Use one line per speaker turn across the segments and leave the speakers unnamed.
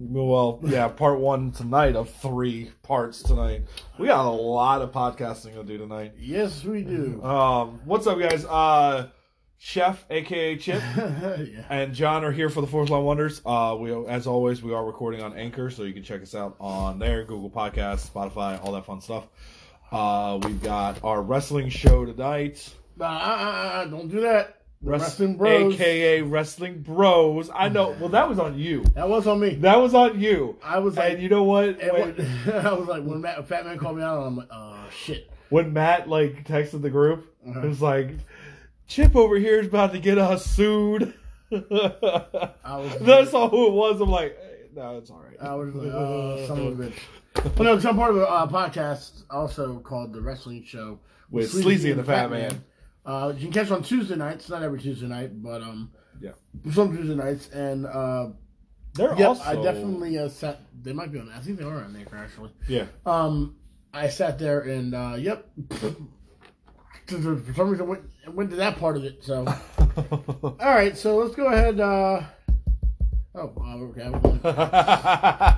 Well, yeah, part one tonight of three parts tonight. We got a lot of podcasting to do tonight.
Yes, we do.
Um, what's up, guys? Uh, Chef, aka Chip,
yeah.
and John are here for the Fourth Line Wonders. Uh, we, as always, we are recording on Anchor, so you can check us out on there, Google Podcasts, Spotify, all that fun stuff. Uh, we've got our wrestling show tonight.
Nah, uh, uh, uh, don't do that. The
Wrest-
Wrestling Bros.
aka Wrestling Bros. I know. Well, that was on you.
That was on me.
That was on you.
I was like,
And you know what?
and
When,
what- I was like, when Matt, Fat Man called me out, I'm like, oh shit.
when Matt like texted the group,
Uh-huh.
it was like, Chip over here is about to get us sued.
I was.
That's all who it was. I'm like, eh, no, it's all right.
I was like, oh, son of a bitch. Well, no, some part of a uh, podcast also called the Wrestling Show
With Sleazy and the Fat Man.
Uh, you can catch on Tuesday nights, not every Tuesday night, but um,
Yeah.
some Tuesday nights, and uh,
They're
yeah,
also
I definitely uh, sat. They might be on. I think they are on there actually.
yeah.
Um, I sat there and uh, yep. To the- For some reason, went went to that part of it. So, all right. So let's go ahead. Uh, oh, uh, okay. I won't-
I,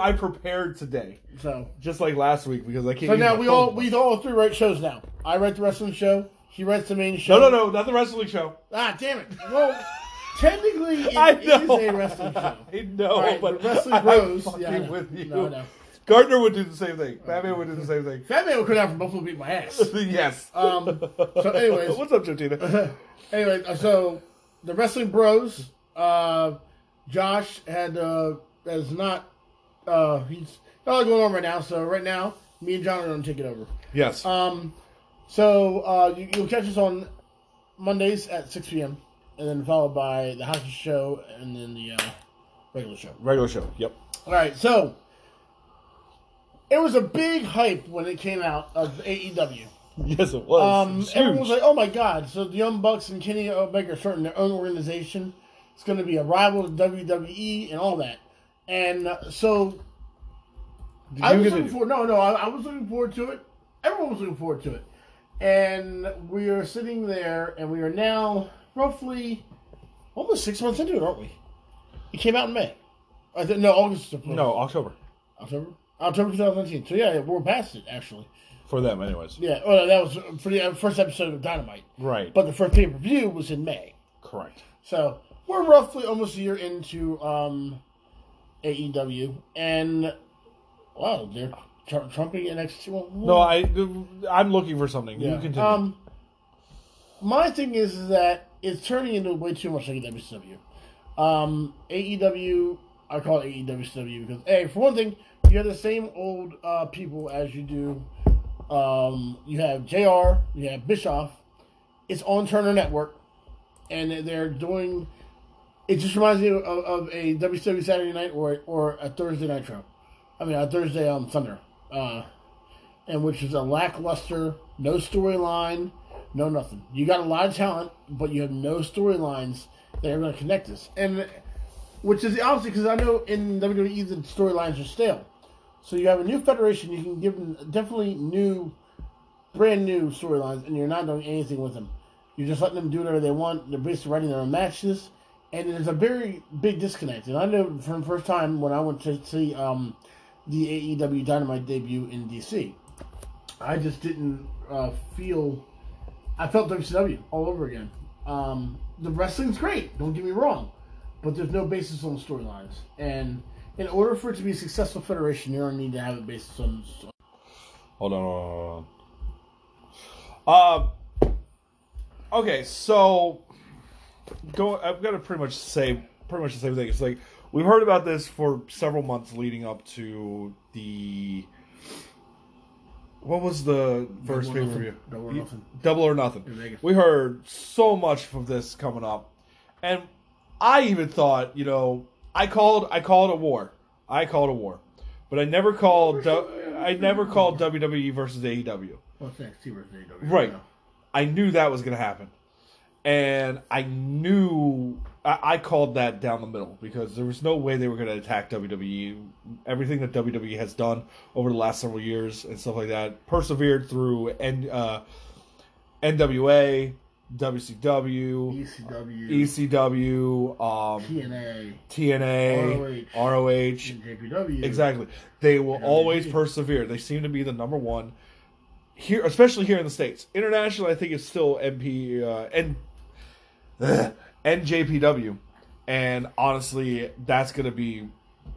I I prepared today,
So,
just like last week, because I can't.
so
use
now
my
we
phone.
all we all three write shows now. I write the wrestling show. He writes the main show.
no no no not the wrestling show.
Ah, damn it. Well, technically, it is
I know.
a wrestling show.
I know,
All right,
but
the wrestling
I'm
bros,
fucking
yeah, I know.
with you.
No, I know.
Gardner would do the same thing. Batman would do the same thing.
That man would come out from Buffalo beat my ass.
yes.
Um, so, anyways,
what's up, Jotina?
anyway, uh, so the wrestling bros, uh, Josh had uh, has not uh, he's not a lot going on right now. So right now, me and John are gonna take it over.
Yes.
Um, so uh, you, you'll catch us on Mondays at six p.m. and then followed by the hockey show and then the uh, regular show.
Regular show. Yep.
All right, so it was a big hype when it came out of E AEW.
Yes, it was.
Um,
It's
everyone
huge.
was like, "Oh my God!" So the Young Bucks and Kenny Omega are starting their own organization. It's going to be a rival to WWE and all that. And uh, so
Did
I
you
was
get
looking
it?
forward. No, no, I, I was looking forward to it. Everyone was looking forward to it. And we are sitting there, and we are now roughly almost six months into it, aren't we? It came out in May. I th- no, August.
no October
October. October 2019. So yeah, we're past it actually.
for them, anyways.
Yeah. Well, that was for the uh, first episode of Dynamite.
Right.
But the first pay per view was in May.
Correct.
So we're roughly almost a year into um, AEW. And wow, they're tr- trumping NXT. Well,
No, I I'm looking for something. You continue.
Um, my thing is, that it's turning into way too much E like WCW. Um, AEW, I call it E AEWCW because, hey, for one thing, you have the same old uh, people as you do. Um, you have JR, you have Bischoff. It's on Turner Network, and they're doing. It just reminds me of, of a WCW Saturday Night or or a Thursday Nitro. I mean, a Thursday um Thunder. Uh, and which is a lackluster, no storyline, no nothing. You got a lot of talent, but you have no storylines that are going to connect us. And which is the opposite because I know in WWE the storylines are stale. So you have a new federation, you can give them definitely new, brand new storylines, and you're not doing anything with them. You're just letting them do whatever they want. They're basically writing their own matches, and there's a very big disconnect. And I know from the first time when I went to see um, the AEW Dynamite debut in DC, I just didn't uh, feel. I felt WCW all over again. Um, the wrestling's great, don't get me wrong, but there's no basis on storylines. And in order for it to be a successful federation, you don't need to have a basis on.
Hold on. Hold on, hold on. Um. Okay, so go. I've got to pretty much say pretty much the same thing. It's like we've heard about this for several months leading up to the. What was the first pay
Double or
per view?
Nothing. Double or Nothing.
Double or nothing.
Vegas.
We heard so much from this coming up, and I even thought, you know, I called, I called a war, I called a war, but I never called, du- I never called WWE versus E AEW.
Well, it's NXT versus E AEW.
Right. I knew that was going to happen. And I knew I, I called that down the middle because there was no way they were going to attack WWE. Everything that WWE has done over the last several years and stuff like that persevered through and uh, NWA,
E
WCW,
ECW,
ECW, E um,
TNA,
TNA, ROH.
and JPW.
Exactly. They will
WWE.
always persevere. They seem to be the number one here, especially here in the states. International, I think, is still MP uh, and NJPW, and honestly, that's going to be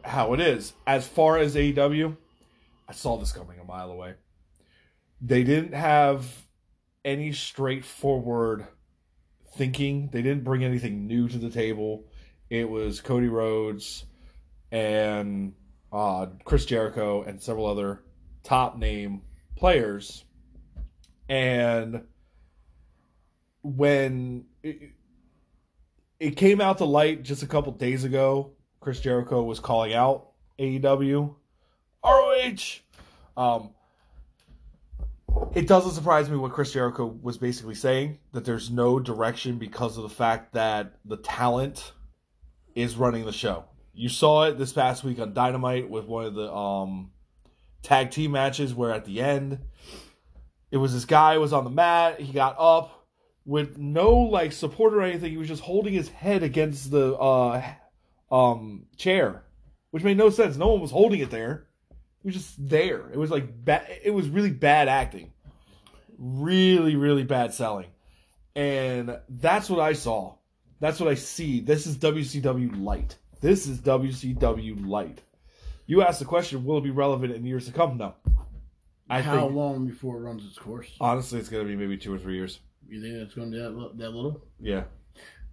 how it is. As far as AEW, I saw this coming a mile away. They didn't have any straightforward thinking. They didn't bring anything new to the table. It was Cody Rhodes and uh, Chris Jericho and several other top name players. And when it, it came out to light just a couple days ago, Chris Jericho was calling out E AEW, ROH. Um, it doesn't surprise me what Chris Jericho was basically saying that there's no direction because of the fact that the talent is running the show. You saw it this past week on Dynamite with one of the um, tag team matches where at the end it was this guy was on the mat, he got up with no like support or anything. He was just holding his head against the uh, um, chair, which made no sense. No one was holding it there. It was just there. It was like ba- it was really bad acting. Really, really bad selling. And that's what I saw. That's what I see. This is WCW light. This is WCW light. You asked the question, will it be relevant in years to come? No. I
How
think
long before it runs its course?
honestly it's gonna be maybe two or three years.
You think it's going to be that, li- that little?
Yeah.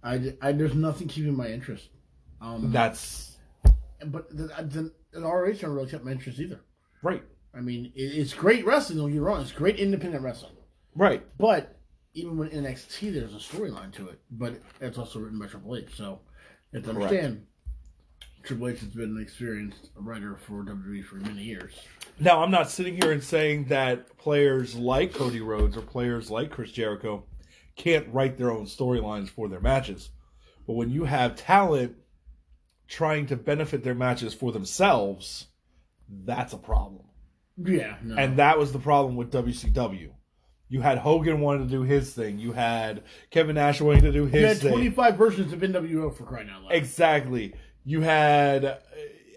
I, d- I- there's nothing keeping my interest. Um,
That's
but the, the, the ROH never really kept my interest either.
right.
I mean, it, it's great wrestling. Don't get me wrong; it's great independent wrestling.
Right.
But even with NXT, there's a storyline to it. But it's also written by Triple H, so you have to
Correct.
understand. Triple H has been an experienced writer for WWE for many years.
Now, I'm not sitting here and saying that players like Cody Rhodes or players like Chris Jericho can't write their own storylines for their matches. But when you have talent trying to benefit their matches for themselves, that's a problem.
Yeah, no.
And that was the problem with WCW. You had Hogan wanting to do his thing. You had Kevin Nash wanting to do his
you had
thing.
25 versions of NWO for crying out loud.
Exactly. You had uh,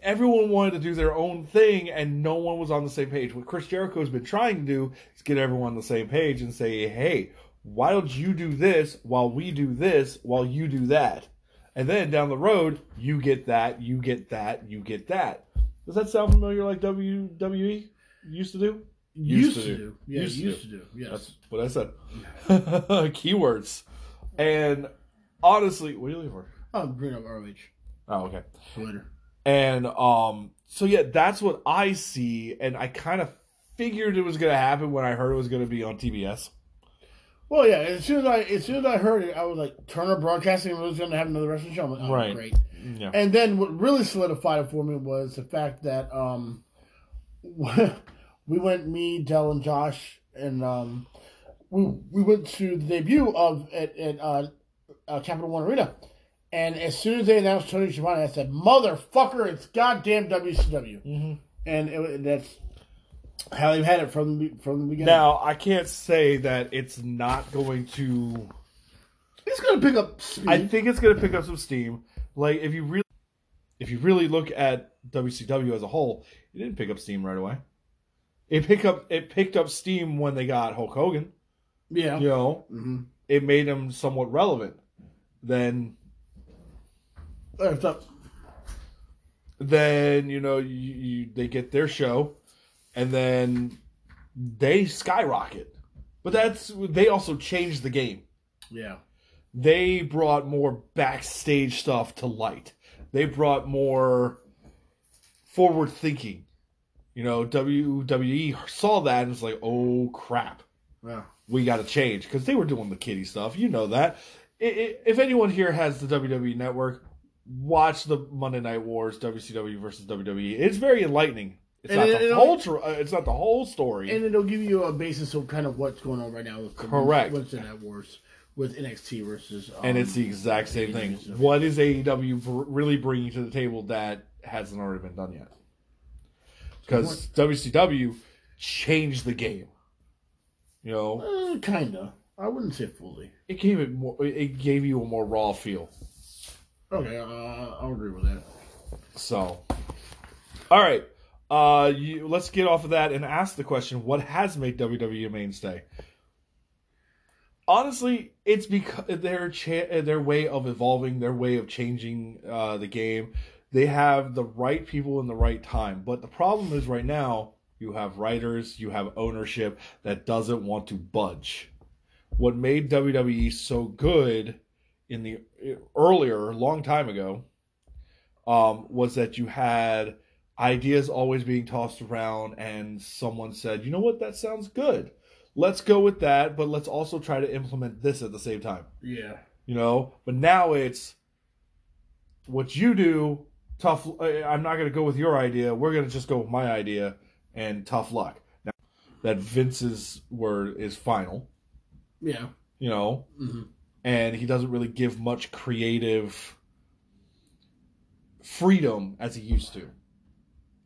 everyone wanted to do their own thing, and no one was on the same page. What Chris Jericho has been trying to do is get everyone on the same page and say, "Hey, why don't you do this while we do this while you do that?" And then down the road, you get that, you get that, you get that. Does that sound familiar like WWE used to do?
used, to, do. Yeah, used,
Used to
to do.
That's
Yes.
what I said. Keywords. And honestly, what are you looking for?
Oh, bring up ROH
Oh, okay.
for later.
And um, so yeah, that's what I see, and I kind of figured it was gonna happen when I heard it was gonna be on TBS.
Well, yeah. As soon as I as soon as I heard it, I was like, Turner Broadcasting was going to have another wrestling show. I'm like, oh,
Right.
great.
Yeah,
And then what really solidified it for me was the fact that um, we went, me, Dell, and Josh, and um, we we went to the debut of at, at uh, uh, Capital One Arena. And as soon as they announced Tony Schiavone, I said, "Motherfucker, it's goddamn WCW."
Mm-hmm.
And it, wa- that's how they had it from the be- from the beginning.
Now I can't say that it's not going to.
it's going to pick up speed.
I think it's gonna pick up some steam. Like if you really, if you really look at WCW as a whole, it didn't pick up steam right away. It pick up it picked up steam when they got Hulk Hogan.
yeah.
You know,
hmm
it made him somewhat relevant. Then
It's up.
then you know you, you they get their show and then they skyrocket but that's they also changed the game
Yeah.
they brought more backstage stuff to light they brought more forward thinking you know wwe saw that and was like oh crap
Yeah.
we got to change because they were doing the kitty stuff. You know that. I- I- If anyone here has the WWE Network, watch the Monday Night Wars, WCW versus WWE. It's very enlightening. It's
And
not
it-
the
it-
whole. tr- uh, It's not the whole story.
And it'll give you a basis of kind of what's going on right now with the
Correct.
What's in that wars with NXT versus. Um,
and it's the exact same thing.
AEW.
What is AEW br- really bringing to the table that hasn't already been done yet? Because WCW changed the game. You know,
uh, kinda. I wouldn't say fully.
It gave it more. It gave you a more raw feel.
Okay, uh, I'll agree with that.
So, all right. Uh, you, let's get off of that and ask the question: What has made WWE a mainstay? Honestly, it's because their cha- their way of evolving, their way of changing uh, the game. They have the right people in the right time, but the problem is right now you have writers, you have ownership that doesn't want to budge. What made WWE so good in the earlier, long time ago, um, was that you had ideas always being tossed around, and someone said, "You know what? That sounds good. Let's go with that, but let's also try to implement this at the same time."
Yeah.
You know. But now it's what you do. Tough. uh, I'm not going to go with your idea. We're going to just go with my idea, and tough luck. Now, that Vince's word is final.
Yeah.
You know,
Mm-hmm.
and he doesn't really give much creative freedom as he used to.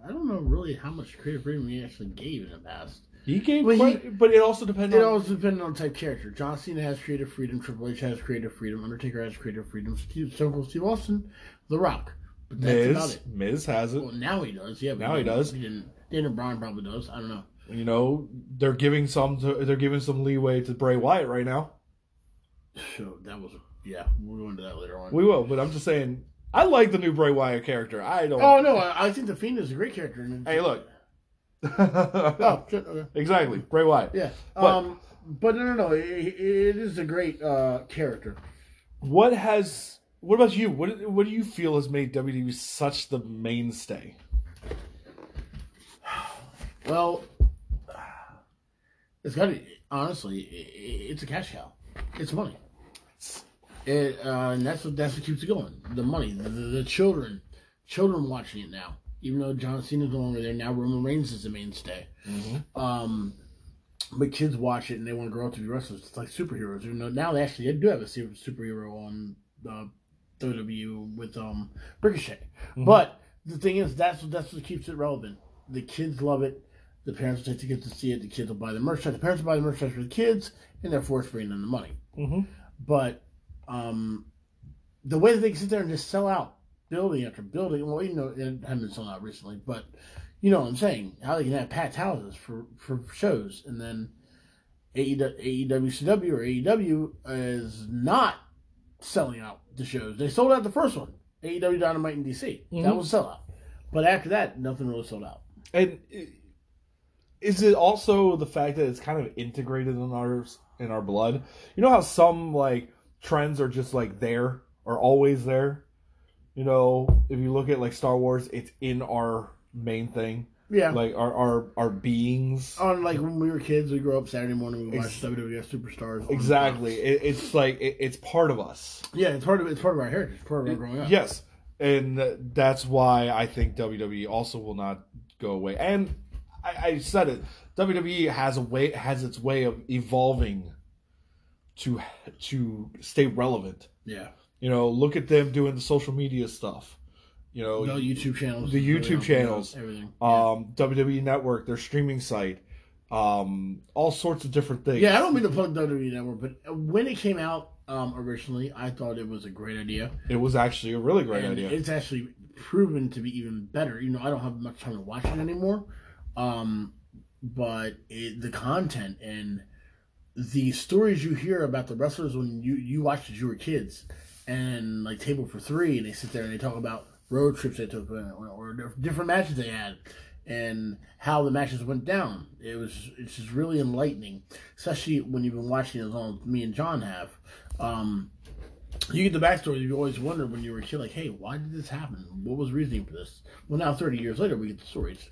I don't know really how much creative freedom he actually gave in the past.
He gave,
But he-
quite- but it also depends
It
on.
always depends on type of character. John Cena has creative freedom. Triple H has creative freedom. Undertaker has creative freedom. Steve, Stone Cold Steve Austin, The Rock. But that's about
Miz,
it.
Miz has it.
Well, now he does. Yeah. but
Now he does.
He didn't. Dana Bryan probably does. I don't know.
You know, they're giving some. To, they're giving some leeway to Bray Wyatt right now.
So that was yeah. We'll go into that later on.
We will, but I'm just saying. I like the new Bray Wyatt character. I don't.
oh no, I, I think the Fiend is a great character. and it's-
Hey, look.
Oh shit. Okay.
exactly, Bray Wyatt.
Yeah.
But-
um. But no, no, no. It, it is a great uh, character.
What has? What about you? What What do you feel has made WWE such the mainstay?
Well, it's got to honestly, i- i- it's a cash cow. It's money. It, uh, and that's what that's what keeps it going. The money, the, the, the children, children watching it now. Even though John Cena's no longer there now, Roman Reigns is the mainstay.
Mm-hmm.
Um, but kids watch it and they want to grow up to be wrestlers. It's like superheroes. Even though now they actually do have a super- superhero on uh, WWE with um, Ricochet. But the thing is, that's what that's what keeps it relevant. The kids love it. The parents will take the kids to see it. The kids will buy the merchandise. The parents will buy the merchandise for the kids, and they're forced bringing them the money.
Mm-hmm.
But um, the way that they can sit there and just sell out building after building, well, you know, it hasn't been sold out recently, but you know what I'm saying? How they can have packed houses for, for shows, and then E AEW, CW or AEW is not selling out the shows. They sold out the first one, AEW Dynamite in DC. That
Mhm.
was a sellout. But after that, nothing really sold out.
And i- is it also the fact that it's kind of integrated in our in our blood? You know how some like trends are just like there are always there. You know, if you look at like Star Wars, it's in our main thing,
Yeah. Oh.
like our our our beings.
on like when we were kids, we grew up Saturday morning, we
Ex-
watched WWF Superstars. on
Exactly,
Fox.
it, it's like it, it's part of us.
Yeah, it's part of it's part of our heritage, it's part of our growing up.
Yes, and that's why I think WWE also will not go away. And I, I said it. WWE has a way has its way of evolving to to stay relevant.
Yeah.
You know, look at them doing the social media stuff. Oh, You know,
No YouTube channels.
The YouTube channels.
Everything.
um, WWE Network, their streaming site, um, all sorts of different things.
yeah, I don't mean to plug WWE E Network, but when it came out um, originally, I thought it was a great idea.
it was actually a really great
and
idea.
It's actually proven to be even better. You know, I don't have much time to watch it anymore, um, but it, the content and the stories you hear about the wrestlers when you you watched as you were kids, and like Table for Three, and they sit there and they talk about road trips they took uh, or, or different matches they had. And how the matches went down. It was it's just really enlightening, especially when you've been watching it as long as me and John have. Um, you get the backstory you always wondered when you were a kid, like, hey, why did this happen? What was the reasoning for this? Well, now 30 years later, we get the stories.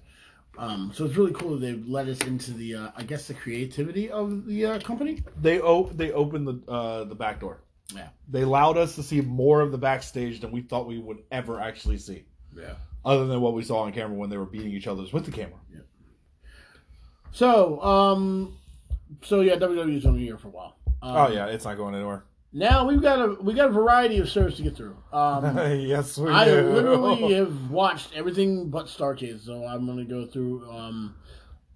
Um, so it's really cool that they've led us into the, uh, I guess, the creativity of the uh, company.
they o- they opened the uh, the back door.
Yeah.
They allowed us to see more of the backstage than we thought we would ever actually see,
Yeah.
other than what we saw on camera when they were beating each other's with the camera.
So, um, so yeah, WWE's only here for a while. Um,
oh yeah, it's not going anywhere.
Now we've got a we got a variety of shows to get through. Um,
yes, we
I
do.
literally have watched everything but Starcade, so I'm gonna go through. Um,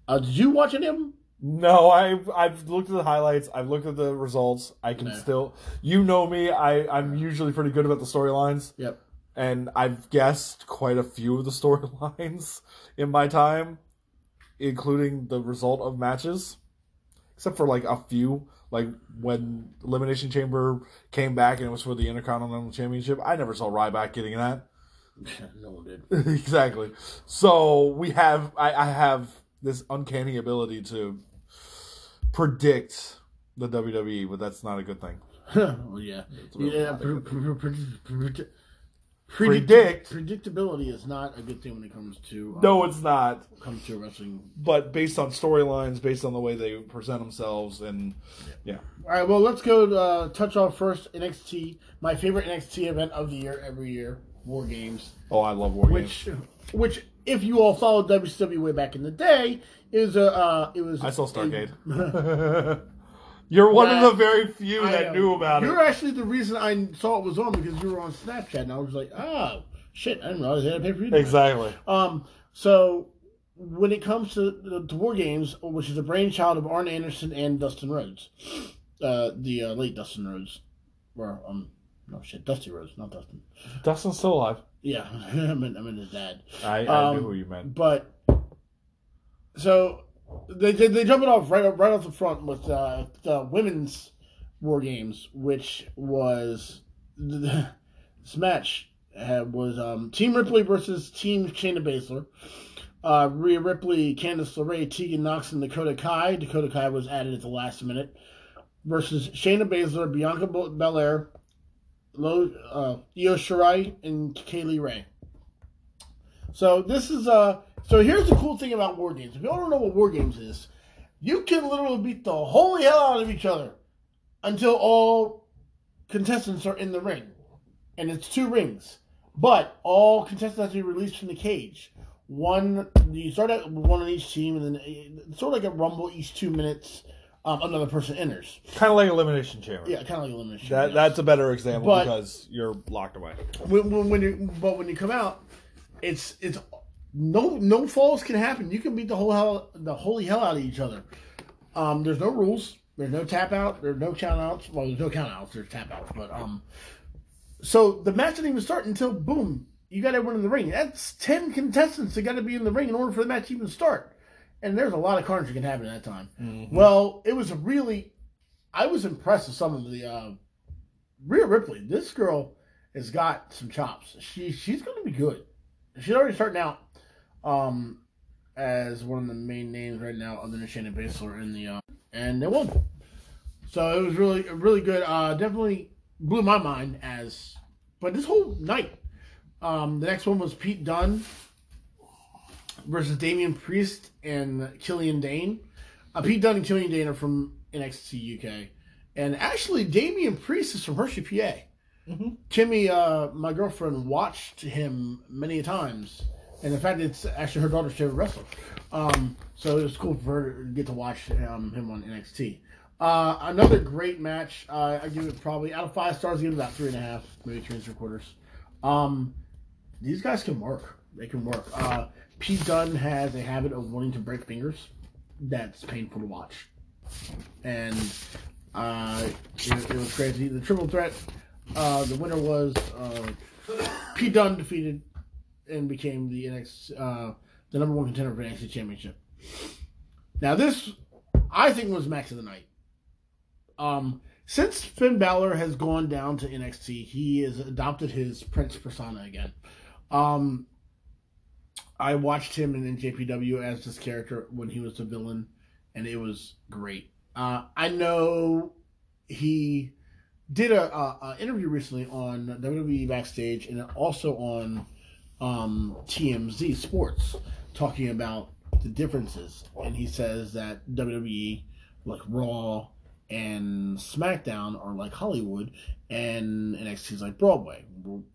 uh, did you watch any of them?
No, I I've looked at the highlights. I've looked at the results. I can
No.
still, you know me. I I'm usually pretty good about the storylines,
Yep.
and I've guessed quite a few of the storylines in my time, including the result of matches, except for like a few, like when Elimination Chamber came back and it was for the Intercontinental Championship. I never saw Ryback getting that
no one did.
exactly. So we have I, I have this uncanny ability to predict the WWE, but that's not a good thing.
well, Oh, yeah.
really
yeah
not
pre- pre- pre- predict-
Predict.
Predictability is not a good thing when it comes to um,
No, it's not.
comes to wrestling.
But based on storylines, based on the way they present themselves, and yeah,
All right, well, let's go uh, touch on first NXT, my favorite NXT event of the year every year, War Games,
oh, I love War Games.
which which if you all followed WCW way back in the day, is a uh, it was
I saw Starcade. You're one of
Nah,
the very few
I
that
know.
knew about
You're
it.
actually the reason I saw it was on because you were on Snapchat, and I was like, oh shit, I didn't realize they had a pay per view.
Exactly.
Um, so when it comes to the, to war games, which is a brainchild of Arn Anderson and Dustin Rhodes, uh, the uh, late Dustin Rhodes, or um, no shit, Dusty Rhodes, not Dustin.
Dustin's still alive.
Yeah, I meant I meant his dad.
I, I
Um,
knew who you meant.
But so they they, they jump it off right right off the front with uh, the women's war games, which was this match had, was um, Team Ripley versus Team Shayna Baszler. Uh, Rhea Ripley, Candice LeRae, Tegan Knox, and Dakota Kai. Dakota Kai was added at the last minute. Versus Shayna Baszler, Bianca Bel- Belair, Lo, uh, Io Shirai, and Kaylee Ray. So this is uh so here's the cool thing about war games. If you all don't know what war games is, you can literally beat the holy hell out of each other until all contestants are in the ring. And it's two rings. But all contestants have to be released from the cage. One you start out with one on each team and then it's sort of like a rumble each two minutes um, another person enters.
Kind of like Elimination Chamber.
Yeah, kind of like elimination.
That
yes.
that's a better example
But-
because you're locked away.
when, when, when you but when you come out, it's it's no no falls can happen. You can beat the whole hell the holy hell out of each other. Um, there's no rules. There's no tap out. There's no count outs. Well, there's no count outs. There's tap outs. But um, so the match didn't even start until boom, you got everyone in the ring. That's ten contestants that got to be in the ring in order for the match to even start. And there's a lot of carnage that can happen at that time. Well, it was a really, I was impressed with some of the uh, Rhea Ripley. This girl has got some chops. She she's going to be good. She's already starting out um, as one of the main names right now, other than Shannon Baszler in the uh, and they won. So it was really really good. Uh, definitely blew my mind as, but this whole night. Um, the next one was Pete Dunne versus Damian Priest and Killian Dane. Uh, Pete Dunne and Killian Dane are from NXT UK, and actually Damian Priest is from Hershey, PA. Timmy, uh, my girlfriend, watched him many times, and in fact, it's actually her daughter's favorite wrestler. Um, so it was cool for her to get to watch um, him on NXT. Uh, another great match. Uh, I give it probably out of five stars. I give it about three and a half, maybe three and three quarters. Um, these guys can work. They can work. Uh, Pete Dunne has a habit of wanting to break fingers. That's painful to watch, and uh, it, it was crazy. The triple threat. Uh, the winner was uh, Pete Dunne defeated and became the NX uh, the number one contender for the NXT Championship. Now this, I think, was match of the night. Um, since Finn Balor has gone down to NXT, he has adopted his Prince persona again. Um, I watched him in, in JPW as this character when he was the villain, and it was great. Uh, I know he did a, a, a interview recently on WWE Backstage and also on um, TMZ Sports talking about the differences, and he says that WWE, like Raw and SmackDown, are like Hollywood, and NXT is like Broadway.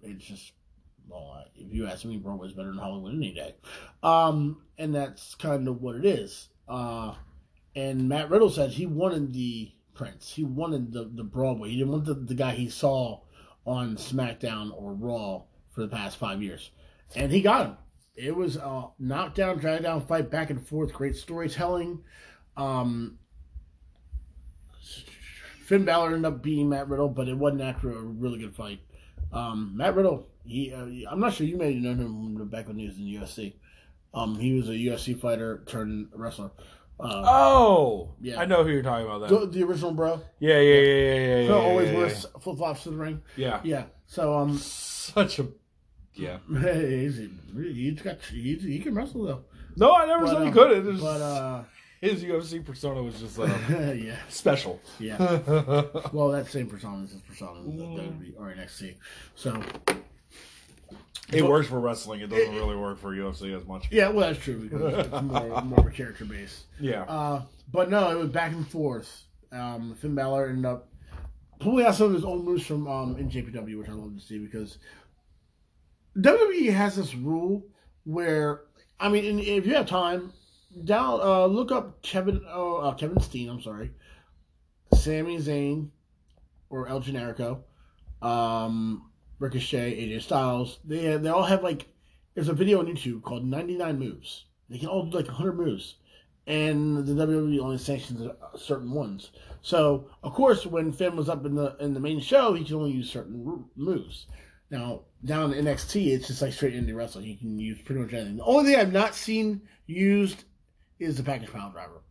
It's just well, if you ask me, Broadway's better than Hollywood any day. Um, and that's kind of what it is. Uh, and Matt Riddle said he wanted the Prince. He wanted the, the Broadway. He didn't want the, the guy he saw on SmackDown or Raw for the past five years. And he got him. It was a knockdown, drag down fight, back and forth, great storytelling. Um, Finn Balor ended up beating Matt Riddle, but it wasn't actually a really good fight. Um, Matt Riddle, he, uh, I'm not sure you may have known him back when he was in the UFC. Um, he was a UFC fighter turned wrestler. Uh,
Oh,
Yeah.
I know who you're talking about. Then.
the, the original bro.
Yeah, yeah, yeah, yeah, yeah.
Phil
yeah,
always
yeah,
wears flip flops to the ring.
Yeah.
Yeah. So um,
Such a. Yeah.
he's, he's got he's, he can wrestle though.
No, I never said he
um,
could. It is,
But uh,
his UFC persona was just like
yeah,
special.
yeah.
yeah.
Well, that same persona is his persona in the E WWE or NXT. So
It works for wrestling. It doesn't really work for UFC as much.
yeah, well, that's true because it's more more of a character base.
Yeah.
Uh, but no, it was back and forth. Um, Finn Balor ended up pulling out some of his old moves from um, NJPW, which I love to see because WWE has this rule where, I mean, and if you have time, down uh, look up Kevin uh, uh, Kevin Steen. I'm sorry, Sami Zayn, or El Generico, um, Ricochet, AJ Styles. They they all have like there's a video on YouTube called 99 moves. They can all do like 100 moves and the WWE only sanctions uh, certain ones. So, of course, when Finn was up in the in the main show, he could only use certain ru- moves. Now, down in NXT, it's just like straight indie wrestling. You can use pretty much anything. The only thing I've not seen used is the package pound driver,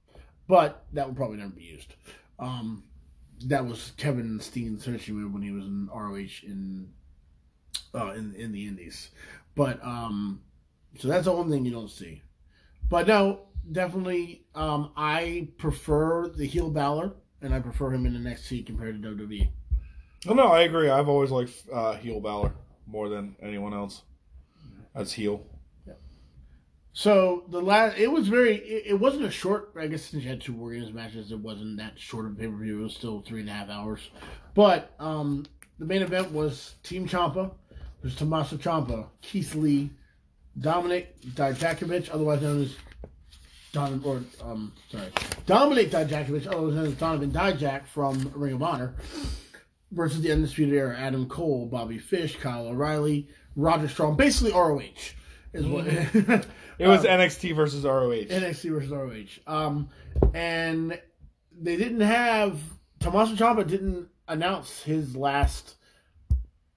but that will probably never be used. Um, that was Kevin Steen's finishing move when he was in ROH in uh, in in the Indies. But um, so that's the only thing you don't see. But no, definitely, um, I prefer the heel Balor, and I prefer him in NXT compared to E. WWE.
Well, no, I agree. I've always liked uh, heel Balor more than anyone else. As heel.
So the last, it was very, it, it wasn't a short. I guess since you had two Warriors matches, it wasn't that short of pay per view. It was still three and a half hours. But um, the main event was Team Champa, was Tommaso Ciampa, Keith Lee, Dominic Dijakovic, otherwise known as Don or um sorry Dominic Dijakovic, otherwise known as Donovan Dijak from Ring of Honor, versus the Undisputed Era Adam Cole, Bobby Fish, Kyle O'Reilly, Roger Strong, basically ROH is what.
It
Um,
was
Um,
NXT versus ROH.
NXT versus ROH. Um, and they didn't have Tommaso Ciampa didn't announce his last.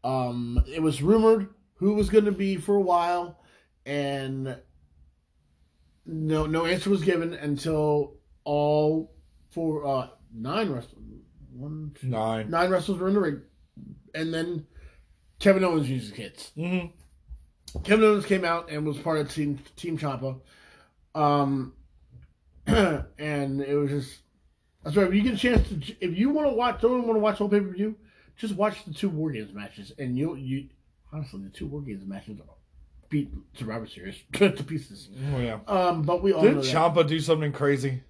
Um, it was rumored who was going to be for a while, and no no answer was given until all four uh nine wrestlers one two,
Nine.
nine wrestlers were in the ring, and then Kevin Owens uses hits.
Mm-hmm.
Kevin Owens came out and was part of Team Team Champa, um, and it was just. I'm sorry. If you get a chance to, if you want to watch, don't want to watch the whole pay per view, just watch the two War Games matches, and you will you honestly the two War Games matches beat Survivor Series to pieces.
Oh yeah.
Um, but we all know
Didn't
that
Champa do something crazy?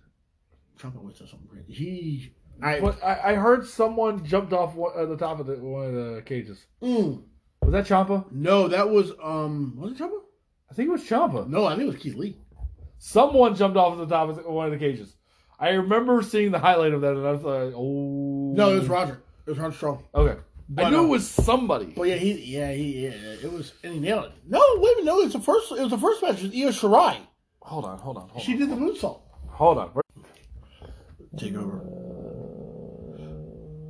Champa always does something crazy. He, I,
But I, I heard someone jumped off one, uh, the top of the, one of the cages.
Mm.
Was that Champa?
no, that was um, was it Champa?
I think it was Champa.
No, I think it was Keith Lee.
Someone jumped off the top of the- one of the cages. I remember seeing the highlight of that, and I was like, "Oh,
No, it
Mm.
was Roger. It was Roger Strong.
Okay,
But,
I knew
uh,
um,
it was somebody.
But yeah, he yeah he yeah, it was and he nailed it. No, wait a minute, no, it's the first it was the first match. It was Io Shirai.
Hold on, hold on, hold
She
on,
did the moonsault.
hold on.
Take over.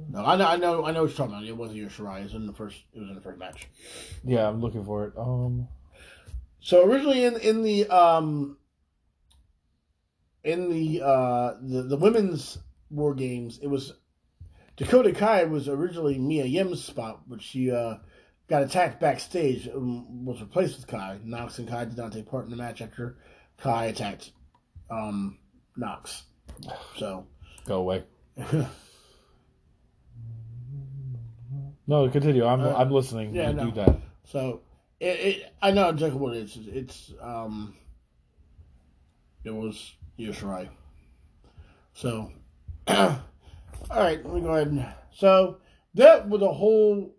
No, I know, I know, I know what you're talking about. It wasn't Io Shirai. It was in the first. It was in the first match.
Yeah, I'm looking for it. Um,
So originally in in the um in the uh the, the women's war games, it was Dakota Kai was originally Mia Yim's spot, but she uh got attacked backstage and was replaced with Kai. Knox and Kai did not take part in the match after Kai attacked um Knox. So
go away. No, continue. I'm
Uh,
I'm listening.
yeah,
You
no.
do that.
So it, it I know exactly what it is. It's um it was yes right. So all right, let me go ahead and so that was a whole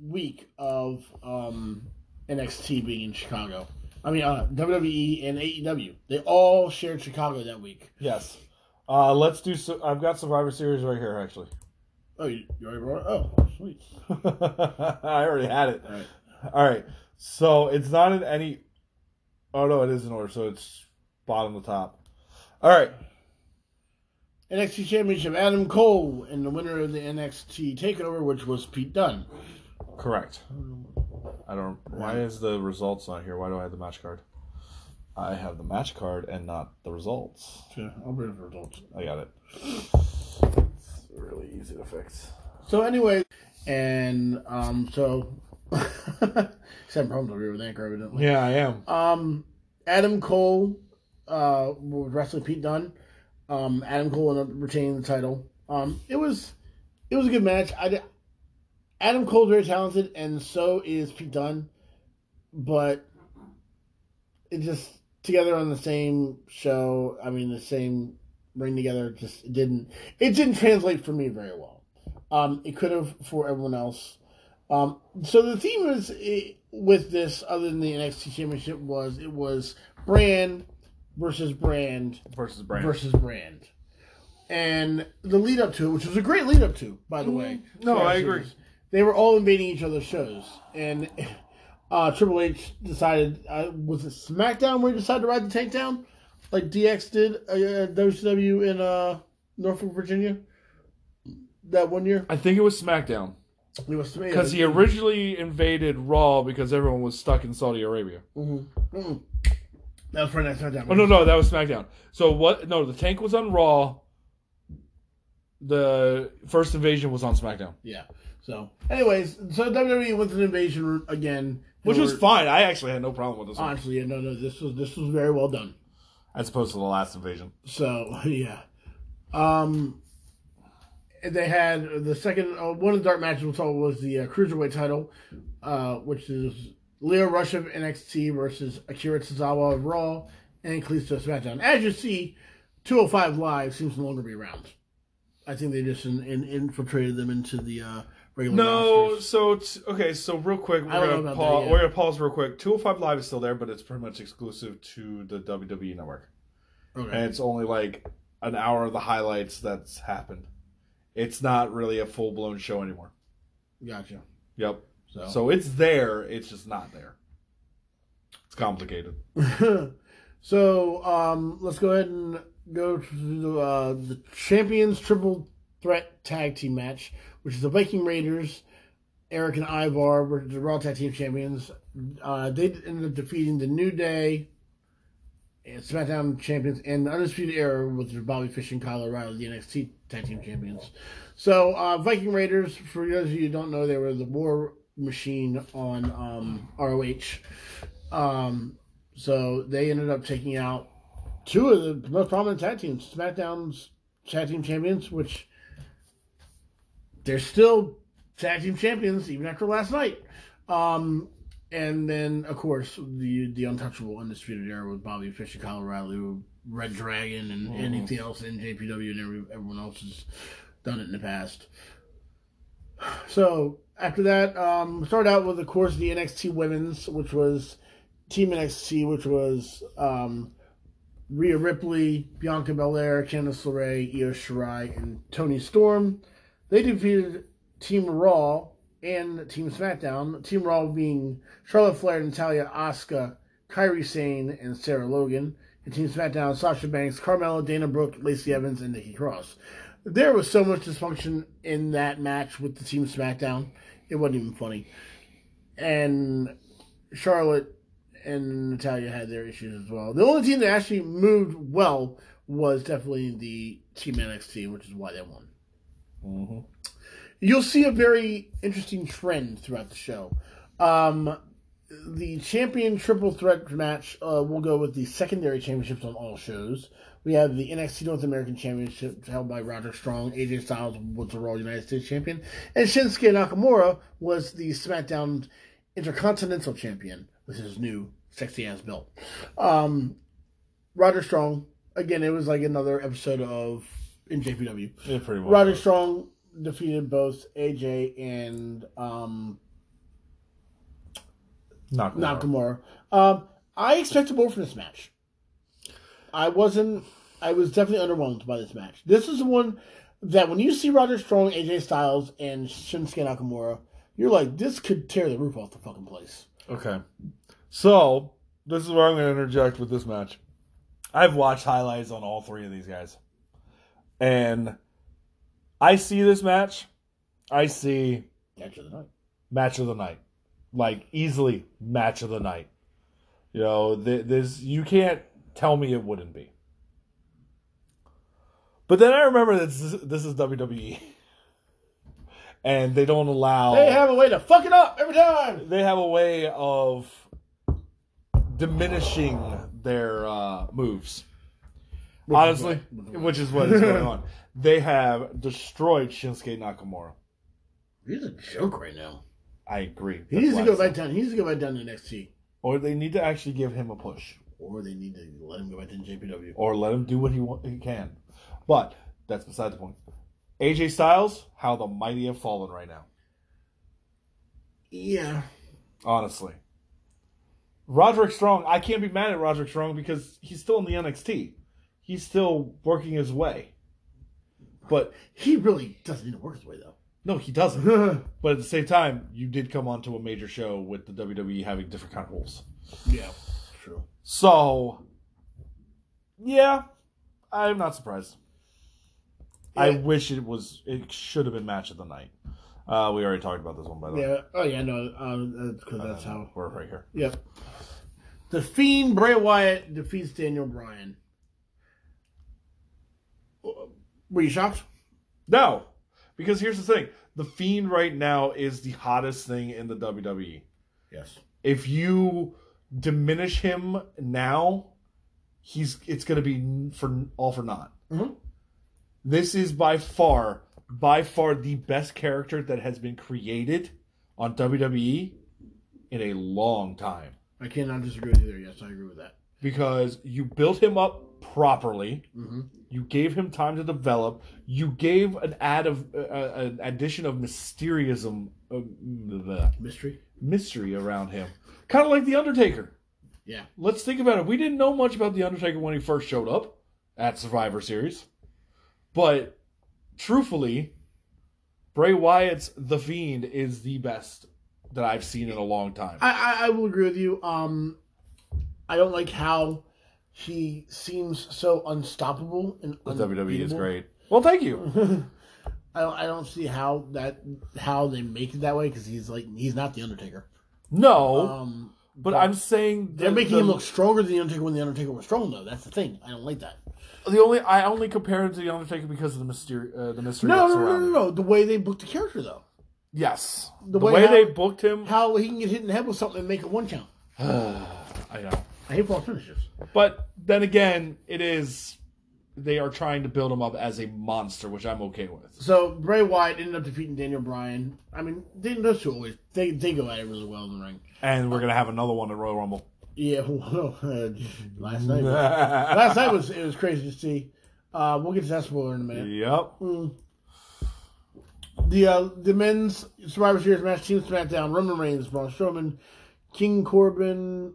week of um NXT being in Chicago. I mean uh, WWE and AEW. They all shared Chicago that week.
Yes. Uh, let's do. Su- I've got Survivor Series right here, actually.
Oh you, you already brought it? Oh sweet.
I already had it.
All right.
All right. So it's not in any. Oh no, it is in order. So it's bottom to top. All right.
NXT Championship, Adam Cole, and the winner of the NXT Takeover, which was Pete Dunne.
Correct. I don't. Why is the results not here? Why do I have the match card? I have the match card and not the results.
Yeah, I'll bring it for results.
I got it. It's really easy to fix.
So anyway, and um, so Sam problems over here with Anchor, evidently.
Yeah, I am.
Um, Adam Cole uh was wrestling Pete Dunne. Um, Adam Cole ended up retaining the title. Um, it was it was a good match. I di- Adam Cole's very talented, and so is Pete Dunne, but it just together on the same show. I mean, the same ring together. Just it didn't it didn't translate for me very well. Um, it could have for everyone else. Um, so the theme is it, with this, other than the NXT Championship, was it was brand versus brand
Versus brand.
versus brand, and the lead up to it, which was a great lead up to, by the way.
Mm-hmm. No,
for our
I agree.
series, They were all invading each other's shows, and uh, Triple H decided uh, was it SmackDown where he decided to ride the tank down, like DX did uh, WCW in uh, Norfolk, Virginia, that one year.
I think it was SmackDown
It was
because he originally invaded Raw because everyone was stuck in Saudi Arabia.
Mhm. Mm-mm. That was for next SmackDown.
Oh no, no, that was SmackDown. So what? No, the tank was on Raw. The first invasion was on SmackDown,
Yeah. So, anyways, so WWE went to the invasion route again,
Which
They
was
were-
fine. I actually had no problem with this one.
Honestly, yeah, no, no, this was this was very well done.
As opposed to the last invasion.
So yeah, um, they had the second uh, one of the dark matches we saw was the uh, cruiserweight title, uh, which is Leo Rush of NXT versus Akira Tozawa of Raw and Kalisto of SmackDown. As you see, 205 Live seems no longer to be around. I think they just in, in, infiltrated them into the uh, regular.
No,
rosters.
so it's, okay, so real quick, we're
I don't know
gonna
about
pause.
that yet.
We're gonna pause real quick. 205 Live is still there, but it's pretty much exclusive to the
E
WWE network,
okay.
and it's only like an hour of the highlights that's happened. It's not really a full blown show anymore.
gotcha.
Yep.
So.
So it's there. It's just not there. It's complicated.
so um, let's go ahead and go to the, uh, the champions triple threat tag team match, which is the Viking Raiders, Eric and Ivar, were the Raw Tag Team Champions. Uh, they ended up defeating the New Day, and SmackDown Champions, and the Undisputed Era, which is Bobby Fish and Kyle O'Reilly, the NXT Tag Team Champions. So uh, Viking Raiders, for those of you who don't know, they were the War Machine on um, ROH. Um, so they ended up taking out two of the most prominent tag teams, SmackDown's tag team champions, which they're still tag team champions even after last night. Um, and then of course the the untouchable undisputed era with Bobby Fish and Kyle O'Reilly, Red Dragon, and anything else in JPW and every, everyone else has done it in the past. So after that, um, started out with of course the NXT Women's, which was Team NXT, which was um, Rhea Ripley, Bianca Belair, Candice LeRae, Io Shirai, and Tony Storm. They defeated Team Raw and Team SmackDown. Team Raw being Charlotte Flair, Natalia, Asuka, Kyrie Sane, and Sarah Logan. And Team SmackDown, Sasha Banks, Carmella, Dana Brooke, Lacey Evans, and Nikki Cross. There was so much dysfunction in that match with the Team SmackDown. It wasn't even funny. And Charlotte and Natalia had their issues as well. The only team that actually moved well was definitely the Team NXT, which is why they won. You'll see a very interesting trend throughout the show. Um, the champion triple threat match uh, will go with the secondary championships on all shows. We have the NXT North American Championship held by Roger Strong. AJ Styles was the Raw United States Champion. And Shinsuke Nakamura was the SmackDown Intercontinental Champion with his new sexy ass belt. Um, Roger Strong, again, it was like another episode of in JPW.
Yeah, pretty much.
Roderick Strong defeated both AJ and um,
Not
Nakamura. Um, I expected more from this match. I wasn't. I was definitely underwhelmed by this match. This is the one that when you see Roger Strong, AJ Styles, and Shinsuke Nakamura, you're like, this could tear the roof off the fucking place.
Okay. So this is where I'm going to interject with this match. I've watched highlights on all three of these guys. And I see this match. I see
Match of the night.
match of the night, like easily match of the night. You know, th- there's you can't tell me it wouldn't be. But then I remember that this is, this is WWE, and they don't allow
They have a way to fuck it up every time.
they have a way of diminishing their uh, moves. Honestly, which is what is going on. They have destroyed Shinsuke Nakamura.
He's a joke right now.
I agree.
He
That's
needs to
why
go
I said-
back down. He needs to go back down to NXT,
Or they need to actually give him a push.
or they need to let him go back to JPW.
or let him do what he want, he can. But that's beside the point. AJ Styles, how the mighty have fallen right now.
Yeah,
Honestly, Roderick Strong, I can't be mad at Roderick Strong because he's still in the NXT. He's still working his way. But
he really doesn't need to work his way though.
no, he doesn't. but at the same time, you did come onto a major show with the WWE having different kind of rules.
Yeah, true.
So, yeah, I'm not surprised. I
Yeah.
wish it was. It should have been match of the night. Uh, we already talked about this one, by the way.
Yeah. Oh yeah, no, um, that's because
Uh,
that's how.
we're right here.
Yep. The Fiend Bray Wyatt defeats Daniel Bryan. Were you shocked?
No, because here's the thing: the Fiend right now is the hottest thing in the E. WWE.
Yes.
If you diminish him now, he's it's going to be for all for naught.
Mhm.
This is by far, by far the best character that has been created on WWE in a long time
I cannot disagree with you there. Yes, I agree with that.
because you built him up properly.
Mm-hmm.
You gave him time to develop. You gave an add of uh, uh, an addition of mysteriousm, uh, bleh,
Mystery.
mystery around him, kind of like the Undertaker.
Yeah.
Let's think about it. We didn't know much about The Undertaker when he first showed up at Survivor Series. But truthfully, Bray Wyatt's The Fiend is the best that I've seen in a long time.
I, I, I will agree with you. Um, I don't like how he seems so unstoppable and
The WWE is
unbeatable.
great. Well, thank you.
I don't, I don't see how that how they make it that way because he's like he's not the Undertaker.
No,
Um,
but I'm saying the-
they're making
the,
him look stronger than the Undertaker when the Undertaker was strong though. That's the thing. I don't like that.
the only I only compare him to The Undertaker because of the mystery uh, the mystery
No,
that's
no, no,
around
no,
him.
no. The way they booked the character though,
Yes. The,
The
way,
way how-
they booked him,
how he can get hit in the head with something and make it one count.
I know.
I hate false finishes.
But then again, it is they are trying to build him up as a monster, which I'm okay with.
So Bray Wyatt ended up defeating Daniel Bryan. I mean, they, those two always they they go at it really well in the ring.
And we're gonna have another one at Royal Rumble.
Yeah, well, uh, last
yep.
night. last night was it was crazy to see. Uh, we'll get to that spoiler in a minute. Mm. The uh, the men's Survivor Series match, Team SmackDown, Roman Reigns, Braun Strowman, King Corbin.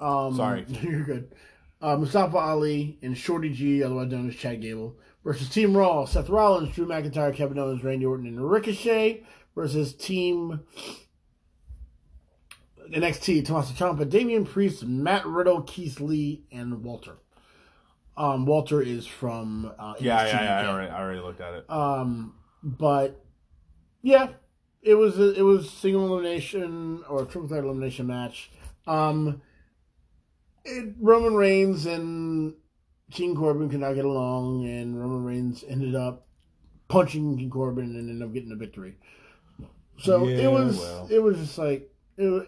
Um,
Sorry.
you're good. Uh, Mustafa Ali and Shorty G, otherwise known as Chad Gable, versus Team Raw, Seth Rollins, Drew McIntyre, Kevin Owens, Randy Orton, and Ricochet versus Team NXT, Tommaso Ciampa, Damian Priest, Matt Riddle, Keith Lee, and Walter. Um, Walter is from uh,
Yeah,
NXT
yeah, yeah. I
UK.
already, I already looked at it.
Um, but yeah, it was a, it was single elimination or triple threat elimination match. Um, it, Roman Reigns and King Corbin could not get along, and Roman Reigns ended up punching King Corbin and ended up getting the victory. So
Yeah,
it was
well.
it was just like it was,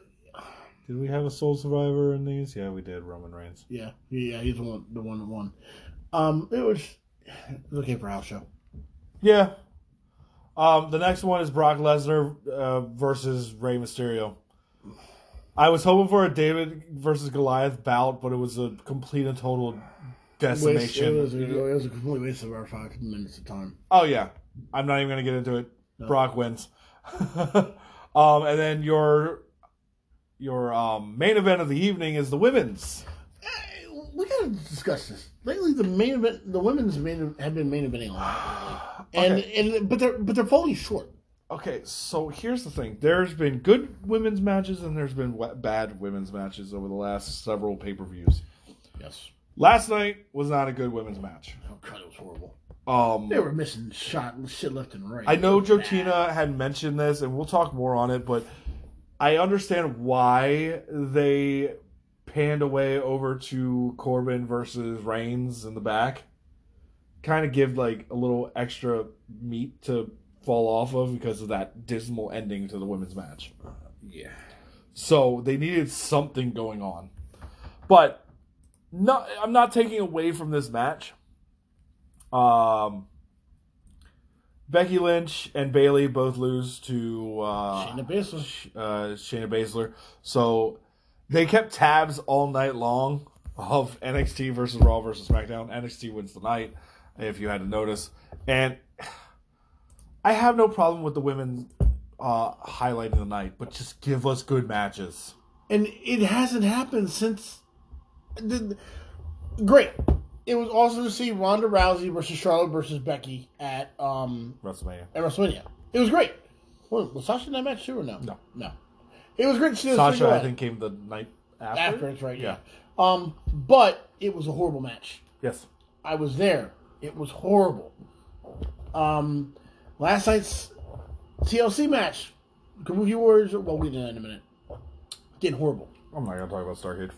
Did we have a Soul Survivor in these? Yeah, we did. Roman Reigns.
yeah yeah he's the one the one that won. Um, it was it was okay for a house show.
Yeah. Um, the next one is Brock Lesnar uh, versus Rey Mysterio. I was hoping for a David versus Goliath bout, but it was a complete and total
Waste, it
decimation.
was it was a complete waste of our five minutes of time.
Oh yeah, I'm not even gonna get into it. Brock wins. um, and then your your um, main event of the evening is the women's.
Uh, we gotta discuss this. Lately, the main event, the women's main have been main eventing a lot, lately. and and but they're but they're falling short.
Okay, so here's the thing: there's been good women's matches and there's been wa- bad women's matches over the last several pay per views.
Yes.
Last night was not a good women's match.
Oh god, it was horrible.
Um,
They were missing shot and shit left and right.
I know Jotina had mentioned this, and we'll talk more on it, but I understand why they panned away over to Corbin versus Reigns in the back. Kind of give like a little extra meat to fall off of because of that dismal ending to the women's match.
Yeah.
So they needed something going on. But no, I'm not taking away from this match. Um, Becky Lynch and Bailey both lose to uh,
Shayna Baszler.
Sh- uh, Shayna Baszler. So they kept tabs all night long of NXT versus Raw versus SmackDown. NXT wins tonight, if you had to notice. And I have no problem with the women uh, highlighting the night, but just give us good matches.
And it hasn't happened since. the- Great. It was awesome to see Ronda Rousey versus Charlotte versus Becky at um
WrestleMania.
at WrestleMania. It was great. Wait, was Sasha in that match too or no?
No.
No. It was great to see those three
Sasha,
go
I
at it.
think, came the night after.
After it's right,
Yeah.
yeah. Um, but it was a horrible match.
Yes.
I was there. It was horrible. Um, last night's TLC match, Kabuki Warriors. Well, we did that in a minute. Getting horrible.
I'm not going to talk about Starcade.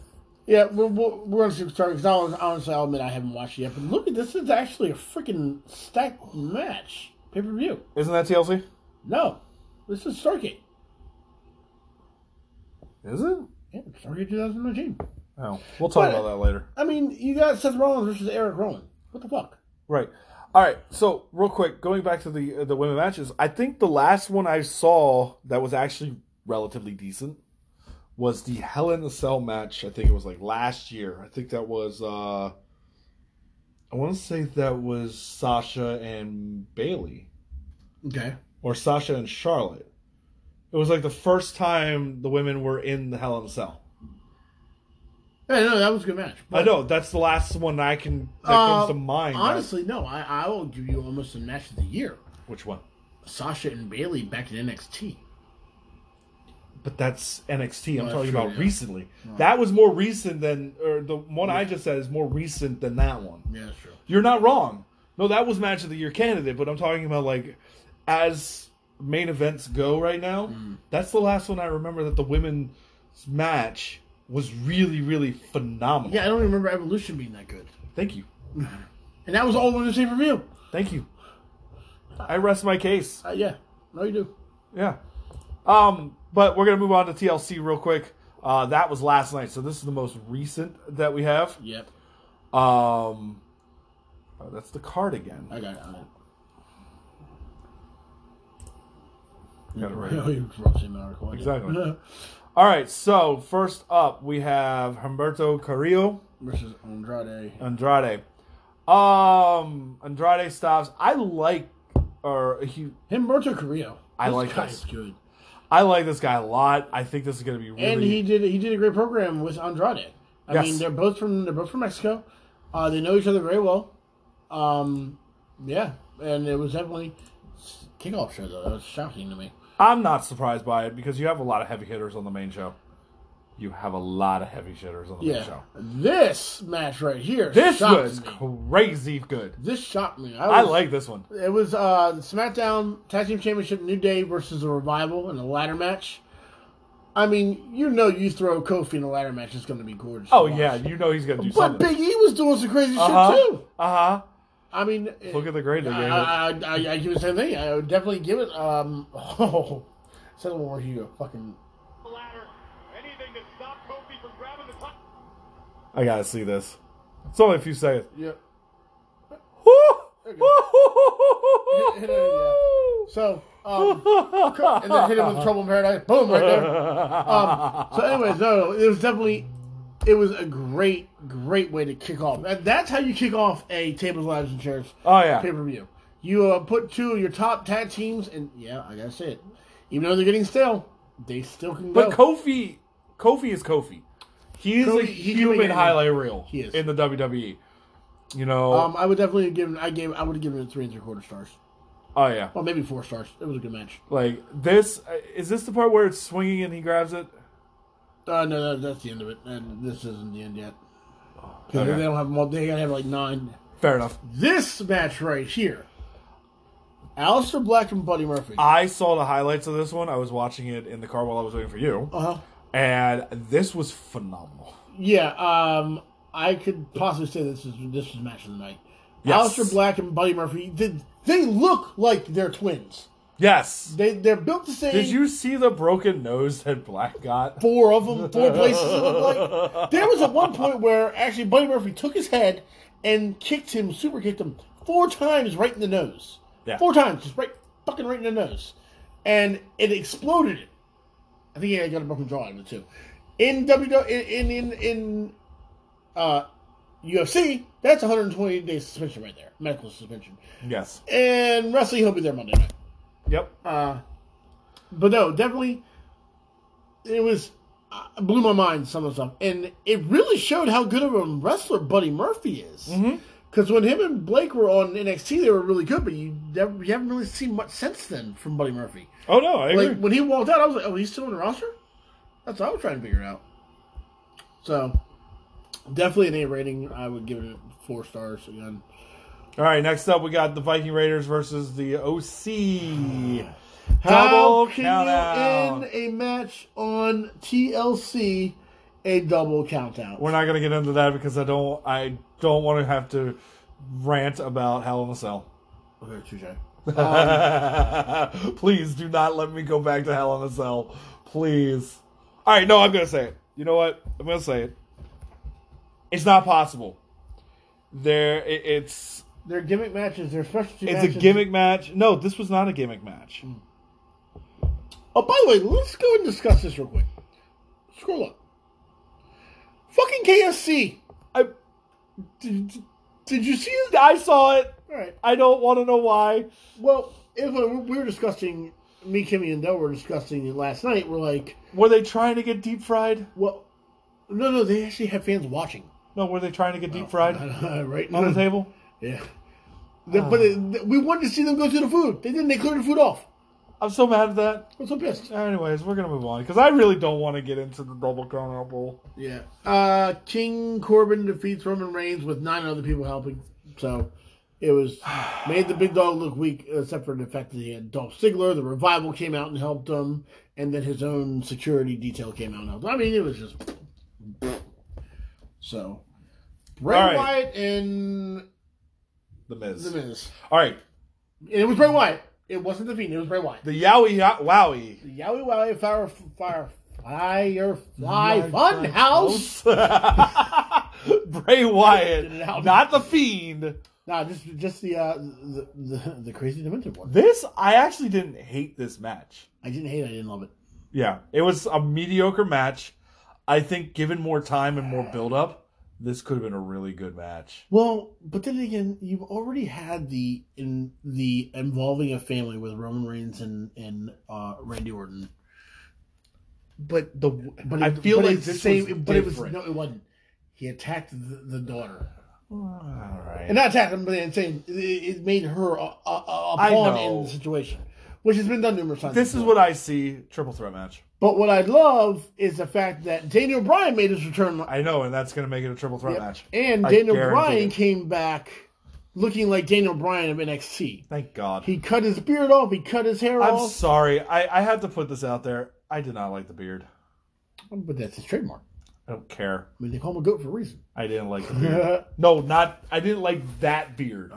Yeah, we're, we're, we're going to see because honestly, I'll admit I haven't watched it yet. But look at this is actually a freaking stacked match pay per view.
Isn't that TLC?
No, this is Stargate.
Is it?
Yeah, Stargate 2019.
Oh, we'll talk
But-
about that later.
I mean, you got Seth Rollins versus Eric Rowan. What the fuck?
Right. All right. So real quick, going back to the uh, the women matches, I think the last one I saw that was actually relatively decent was the Hell in a Cell match. I think it was like last year. I think that was. uh I want to say that was Sasha and Bailey
Okay.
or Sasha and Charlotte. It was like the first time the women were in the Hell in a Cell.
Yeah, no, that was a good match.
I know that's the last one I can that
Uh,
comes to mind.
Honestly, no. I, I will give you almost a match of the year.
which one?
Sasha and Bailey back in NXT.
But that's NXT. I'm
Well,
talking
true,
about
yeah.
recently. That was more recent than, or the one I just said is more recent than that one.
Yeah, that's true.
You're not wrong. No, that was match of the year candidate. But I'm talking about like, as main events go right now,
Mm.
that's the last one I remember that the women's match was really, really phenomenal.
Yeah, I don't even remember Evolution being that good.
Thank you.
And that was all in the same review.
Thank you. I rest my case.
Uh, yeah, no, you do.
Yeah. Um, but we're gonna move on to TLC real quick. Uh, that was last night, so this is the most recent that we have.
Yep,
Um, oh, that's the card again.
I got it. I got it.
Got it
Oh,
right.
you dropped him in our corner.
Exactly. All right. So first up, we have Humberto Carrillo
Versus Andrade.
Andrade. Um, Andrade stops. I like, or he,
Humberto Carrillo.
I
This
like
guy
this.
is good.
I like this guy a lot. I think this is gonna be really.
And he did he did a great program with Andrade. I
Yes.
mean, they're both from they're both from Mexico. Uh, they know each other very well. Um, yeah, and it was definitely kickoff show though. That was shocking to me.
I'm not surprised by it because you have a lot of heavy hitters on the main show. You have a lot of heavy hitters on the main
Yeah,
show.
this match right here.
This
shocked
was
me.
crazy good.
This shocked me.
I
was-
like this one.
It was uh, the SmackDown Tag Team Championship New Day versus the Revival in a ladder match. I mean, you know, you throw Kofi in a ladder match, it's going to be gorgeous. to
Oh
watch.
yeah, you know he's gonna do
But
something.
Big E was doing some crazy
Uh
shit
huh.
too.
Uh
I mean, uh,
huh. Look at the grade
I,
they gave it.
I, I, I give it the same thing. I would definitely give it. Um, oh, say one more here. Fucking
the ladder. Anything to stop Kofi from grabbing the top.
I gotta see this. It's only a few seconds.
yeah.
Woo!
you Hit it,
Woo!
So um, and then hit him with Trouble in Paradise. Boom, right there. Um, so, anyways, no, no, it was definitely, it was a great, great way to kick off. That, that's how you kick off a tables, lives, and chairs
Oh yeah.
pay per view. You uh, put two of your top tag teams, and yeah, I gotta say it. Even though they're getting stale, they still can go.
But Kofi, Kofi is Kofi. He is
Kofi-
a
he can
human
make it.
highlight reel
He is.
in the WWE. You know.
um, I would definitely give. I gave. I would have given it three and three quarter stars.
oh yeah.
Well, maybe four stars. It was a good match.
Like this uh, is this the part where it's swinging and he grabs it?
Uh, no, that, that's the end of it, and this isn't the end yet. 'Cause
Oh, Okay.
They don't have. They gotta have like nine.
Fair enough.
This match right here, Alistair Black and Buddy Murphy. Uh
I saw the highlights of this one. I was watching it in the car while I was waiting for you,
huh.
and this was phenomenal.
Yeah. Um, I could possibly say this is this is match of the night.
Yes.
Alistair Black and Buddy Murphy. Did they look like they're twins?
Yes.
They they're built the same.
Did you see the broken nose that Black got?
four of them, four places. it looked like. There was at one point where actually Buddy Murphy took his head and kicked him, super kicked him four times right in the nose.
Yeah.
Four times, just right, fucking right in the nose, and it exploded. I think he got a broken jaw in it too. In W in in in uh, UFC, that's 120 day suspension right there, medical suspension.
Yes.
And wrestling, he'll be there Monday night.
Yep.
Uh, but no, definitely, it was uh, blew my mind some of the stuff, and it really showed how good of a wrestler Buddy Murphy is.
Mm-hmm.
Because when him and Blake were on NXT, they were really good, but you never, you haven't really seen much since then from Buddy Murphy.
Oh no, I agree.
Like when he walked out, I was like, "Oh, he's still on the roster." That's what I was trying to figure out. So, definitely an A rating. I would give it four stars again.
All right, next up we got the Viking Raiders versus the OC. Double
How can
countout.
you end a match on TLC a double countout?
We're not gonna get into that because I don't I don't want to have to rant about Hell in a Cell.
Okay, two J. Um,
Please do not let me go back to Hell in a Cell. Please. All right, no, I'm gonna say it. You know what? I'm gonna say it. It's not possible. There, it, it's
They're gimmick matches. They're specialty
it's
matches.
a gimmick match. No, this was not a gimmick match.
Oh, by the way, let's go and discuss this real quick. Scroll up. Fucking KSC.
I did,
Did you see it?
I saw it.
All right.
I don't want to know why.
Well, if I, we were discussing, me, Kimmy, and Del were discussing it last night. We're like,
Were they trying to get deep fried?
well, no, no, they actually had fans watching.
No, were they trying to get deep fried
right
on the table? Oh.
Yeah. The- But it, we wanted to see them go through the food. They didn't. They cleared the food off.
I'm so mad at that.
I'm so pissed.
Anyways, we're gonna move on because I really don't want to get into the double crown out bowl.
Yeah. Uh, King Corbin defeats Roman Reigns with nine other people helping. So it was made the big dog look weak, except for the fact that he had Dolph Ziggler. The revival came out and helped him, and then his own security detail came out and helped. him. I mean, it was just so. Bray
All right.
Wyatt and
The Miz.
The Miz.
All right,
And it was Bray Wyatt. It wasn't the Fiend. It was Bray Wyatt.
the Yowie Yo- Wowie.
The Yowie Wowie Fire Fire Firefly Funhouse.
Bray Wyatt,
Get it out.
not the Fiend.
Nah, just just the uh, the, the the crazy demented one.
This I actually didn't hate this match.
I didn't hate. it. I didn't love it.
Yeah, it was a mediocre match. I think given more time and more build up, this could have been a really good match.
Well, but then again, you've already had the in the involving a family with Roman Reigns and and uh, Randy Orton.
But the
But it,
I feel
but
like
it's the
this
same.
was
but it was
different.
no, it wasn't. He attacked the, the daughter,
All right.
and not attacked him, but I'm saying it, it made her a, a, a
I
pawn
know.
in the situation, which has been done numerous times.
This is
before.
what I see triple threat match.
But what I love is the fact that Daniel Bryan made his return
I know, and that's gonna make it a triple threat
Yep.
match.
And
I
Daniel
guarantee
Bryan
it.
came back looking like Daniel Bryan of NXT.
Thank God.
He cut his beard off. He cut his hair
I'm
off.
sorry. I, I had to put this out there. I did not like the beard.
but that's his trademark.
I don't care.
I mean, they call him a goat for a reason.
I didn't like the beard.
okay.
no, not I didn't like that beard.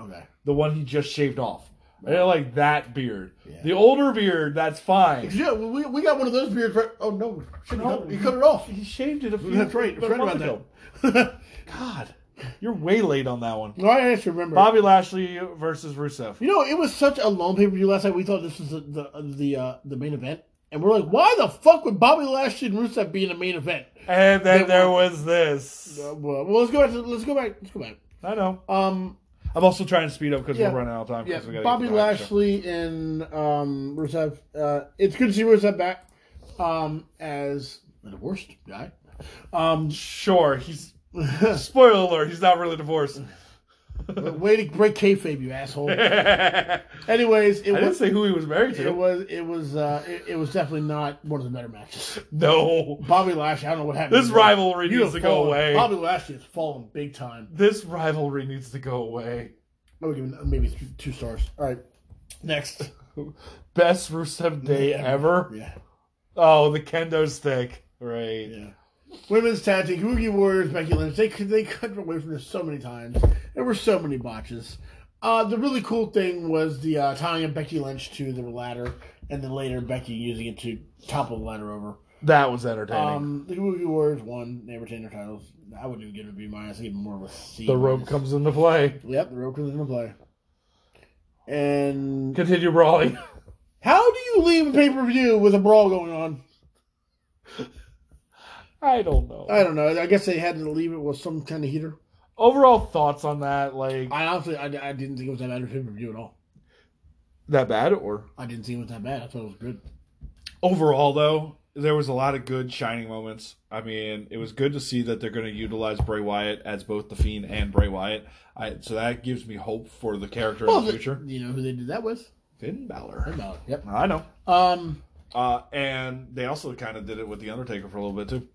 The one he just shaved off. I didn't like that beard.
Yeah.
The older beard, that's fine.
Yeah, well, we, we got one of those beards. Right? Oh no, shit, he
No.
cut- he cut it off.
He shaved it a few
That's right.
about
Forgot
a month
about
ago.
that.
God. You're way late on that one.
no, I actually remember.
Bobby Lashley versus Rusev.
You know, it was such a long pay per view last night. We thought this was the the the, uh, the main event, and we're like, why the fuck would Bobby Lashley and Rusev be in the main event?
And then
They
there
won.
was this.
Uh, well, well, let's go back. To, let's go back. Let's go back.
I know.
Um,
I'm also trying to speed up because
Yeah.
we're running out of time. 'cause
Yeah,
we gotta get
Bobby
to the hype show.
Lashley and um, Rusev. Uh, it's good to see Rusev back um, as the worst guy. Um,
Sure, he's spoiler alert. He's not really divorced.
Way to break kayfabe, you asshole.
I
Anyways, it
didn't
was
say who he was married
it
to.
was it was uh, it, it was definitely not one of the better matches.
No.
Bobby Lashley, I don't know what happened.
This rivalry
You
needs
have
to go
fallen-
away.
Bobby Lashley has fallen big time.
This rivalry needs to go away.
I would give him maybe th- two stars. All right, next.
Best Rusev Day
Yeah.
ever.
Yeah,
Oh, the kendo stick. Right.
yeah. Women's tag team, Kabuki Warriors, Becky Lynch. They could they cut away from this so many times. There were so many botches. Uh, the really cool thing was the uh, tying of Becky Lynch to the ladder, and then later Becky using it to topple the ladder over.
That was entertaining.
Um, the Kabuki Warriors won. They retained their titles. I wouldn't even give it a B minus. I give it more of a C.
the rope
minus.
comes into play.
Yep, the rope comes into play. And
Continue brawling.
how do you leave a pay per view with a brawl going on?
I don't know.
I don't know. I guess they had to leave it with some kind of heater.
Overall thoughts on that? Like
I honestly, I, I didn't think it was that bad of a pay per view at all.
that bad or
I didn't think it was that bad. I thought it was good.
overall though there was a lot of good shining moments i mean it was good to see that they're going to utilize bray wyatt as both the fiend and bray wyatt I, so that gives me hope for the character in the
Well,
future
You know who they did that with?
finn
Finn
Balor.
Balor. Yep.
i know
Um.
uh, and they also kind of did it with the undertaker for a little bit too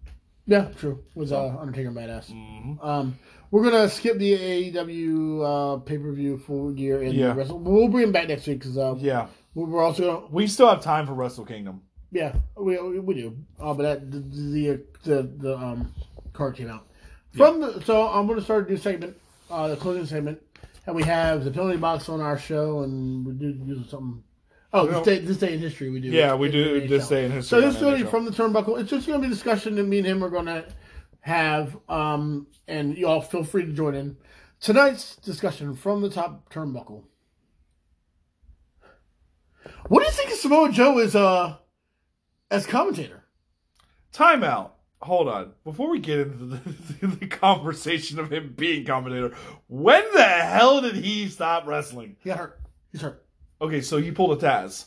Yeah. True. Was uh, Undertaker badass.
mm-hmm.
Um, we're gonna skip the AEW uh, pay per view full year and
Yeah.
the wrestle. We'll bring him back next week because uh,
yeah
we- we're also gonna,
we still have time for wrestle kingdom
yeah we we we do. Uh, but that the the the, the um card came out from the, so I'm gonna start a new segment, uh, the closing segment, and we have the penalty box on our show and we do do something. Oh, this
No.
day, this day in history we do.
yeah we
It's
do
the
this
NHL.
day in
So
history
this is
on
going to be
NHL.
from the turnbuckle. It's just going to be a discussion that me and him are going to have, um, and y'all feel free to join in. Tonight's discussion from the top turnbuckle. What do you think of Samoa Joe as uh as commentator?
Timeout. Hold on. Before we get into the, the conversation of him being commentator, when the hell did he stop wrestling?
He got hurt. He's hurt.
Okay, so he pulled a Taz.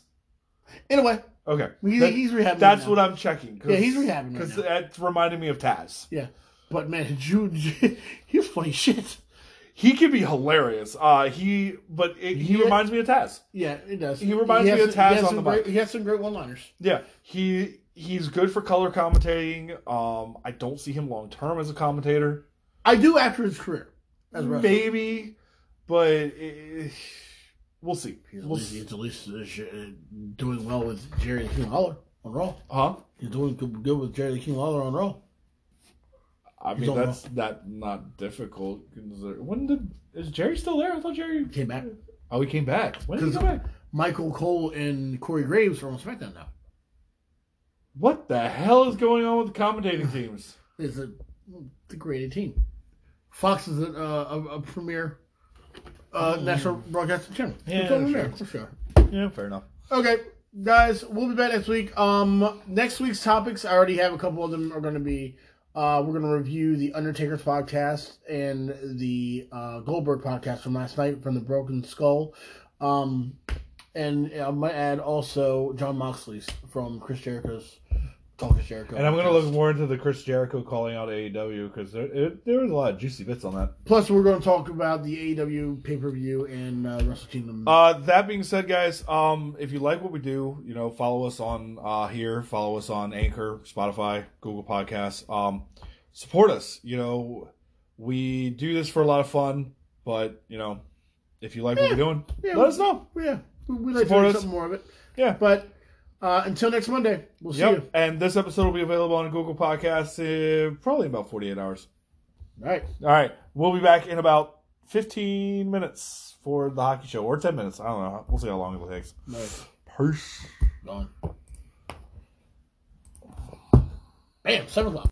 Anyway,
Okay.
he,
That-
he's rehabbing.
that's
right
what
now.
I'm checking.
Yeah, he's rehabbing right
Because
now.
that's reminding me of Taz.
Yeah, but man, Jude, he was funny shit.
He could be hilarious. Uh, he, but it, he
Yeah.
reminds me of Taz.
Yeah, it does.
He reminds me
has
of
some- he
Taz
has
on
some
the
great,
mic.
He has some great one-liners.
Yeah, he he's good for color commentating. Um, I don't see him long term as a commentator.
I do after his career. As a wrestler.
Maybe, but it, we'll see.
He's at
We'll
least,
see.
he's at least uh, sh- uh, doing well with Jerry the King Lawler on Raw.
Huh?
He's doing good, good with Jerry the King Lawler on Raw.
I
don't
mean, that's that not difficult. consider- When did is Jerry still there? I thought Jerry.
Came back.
Oh, he came back. When did he
'Cause-
come back?
Michael Cole and Corey Graves are on SmackDown now.
What the hell is going on with the commentating teams?
It's a, the great team. Fox is a, uh, a, a premier uh, national broadcasting channel.
Oh, Yeah,
It's over
sure.
there, for sure.
yeah, fair enough.
Okay, guys, we'll be back next week. Um, next week's topics, I already have a couple of them are going to be. Uh, we're going to review the Undertaker's podcast and the uh, Goldberg podcast from last night from the Broken Skull. Um, and I might add also John Moxley's from Chris Jericho's Talk is Jericho.
And I'm gonna
podcast.
look more into the Chris Jericho calling out AEW because there it, there was a lot of juicy bits on that.
Plus, we're going to talk about the AEW pay per view and uh, Wrestle Kingdom.
Uh, that being said, guys, um, if you like what we do, you know, follow us on uh, here, follow us on Anchor, Spotify, Google Podcasts. Um, support us. You know, we do this for a lot of fun, but you know, if you like what we're doing,
Yeah,
let
we-
us know.
yeah, we- we'd like
Support
to
us.
do something more of it.
Yeah.
But uh, until next Monday, we'll see you.
Yep. And this episode will be available on Google Podcasts uh, probably in about 48 hours.
All right.
All right. We'll be back in about 15 minutes for the hockey show or 10 minutes. I don't know. We'll see how long it takes.
Nice.
Peace.
Gone. Bam, seven o'clock.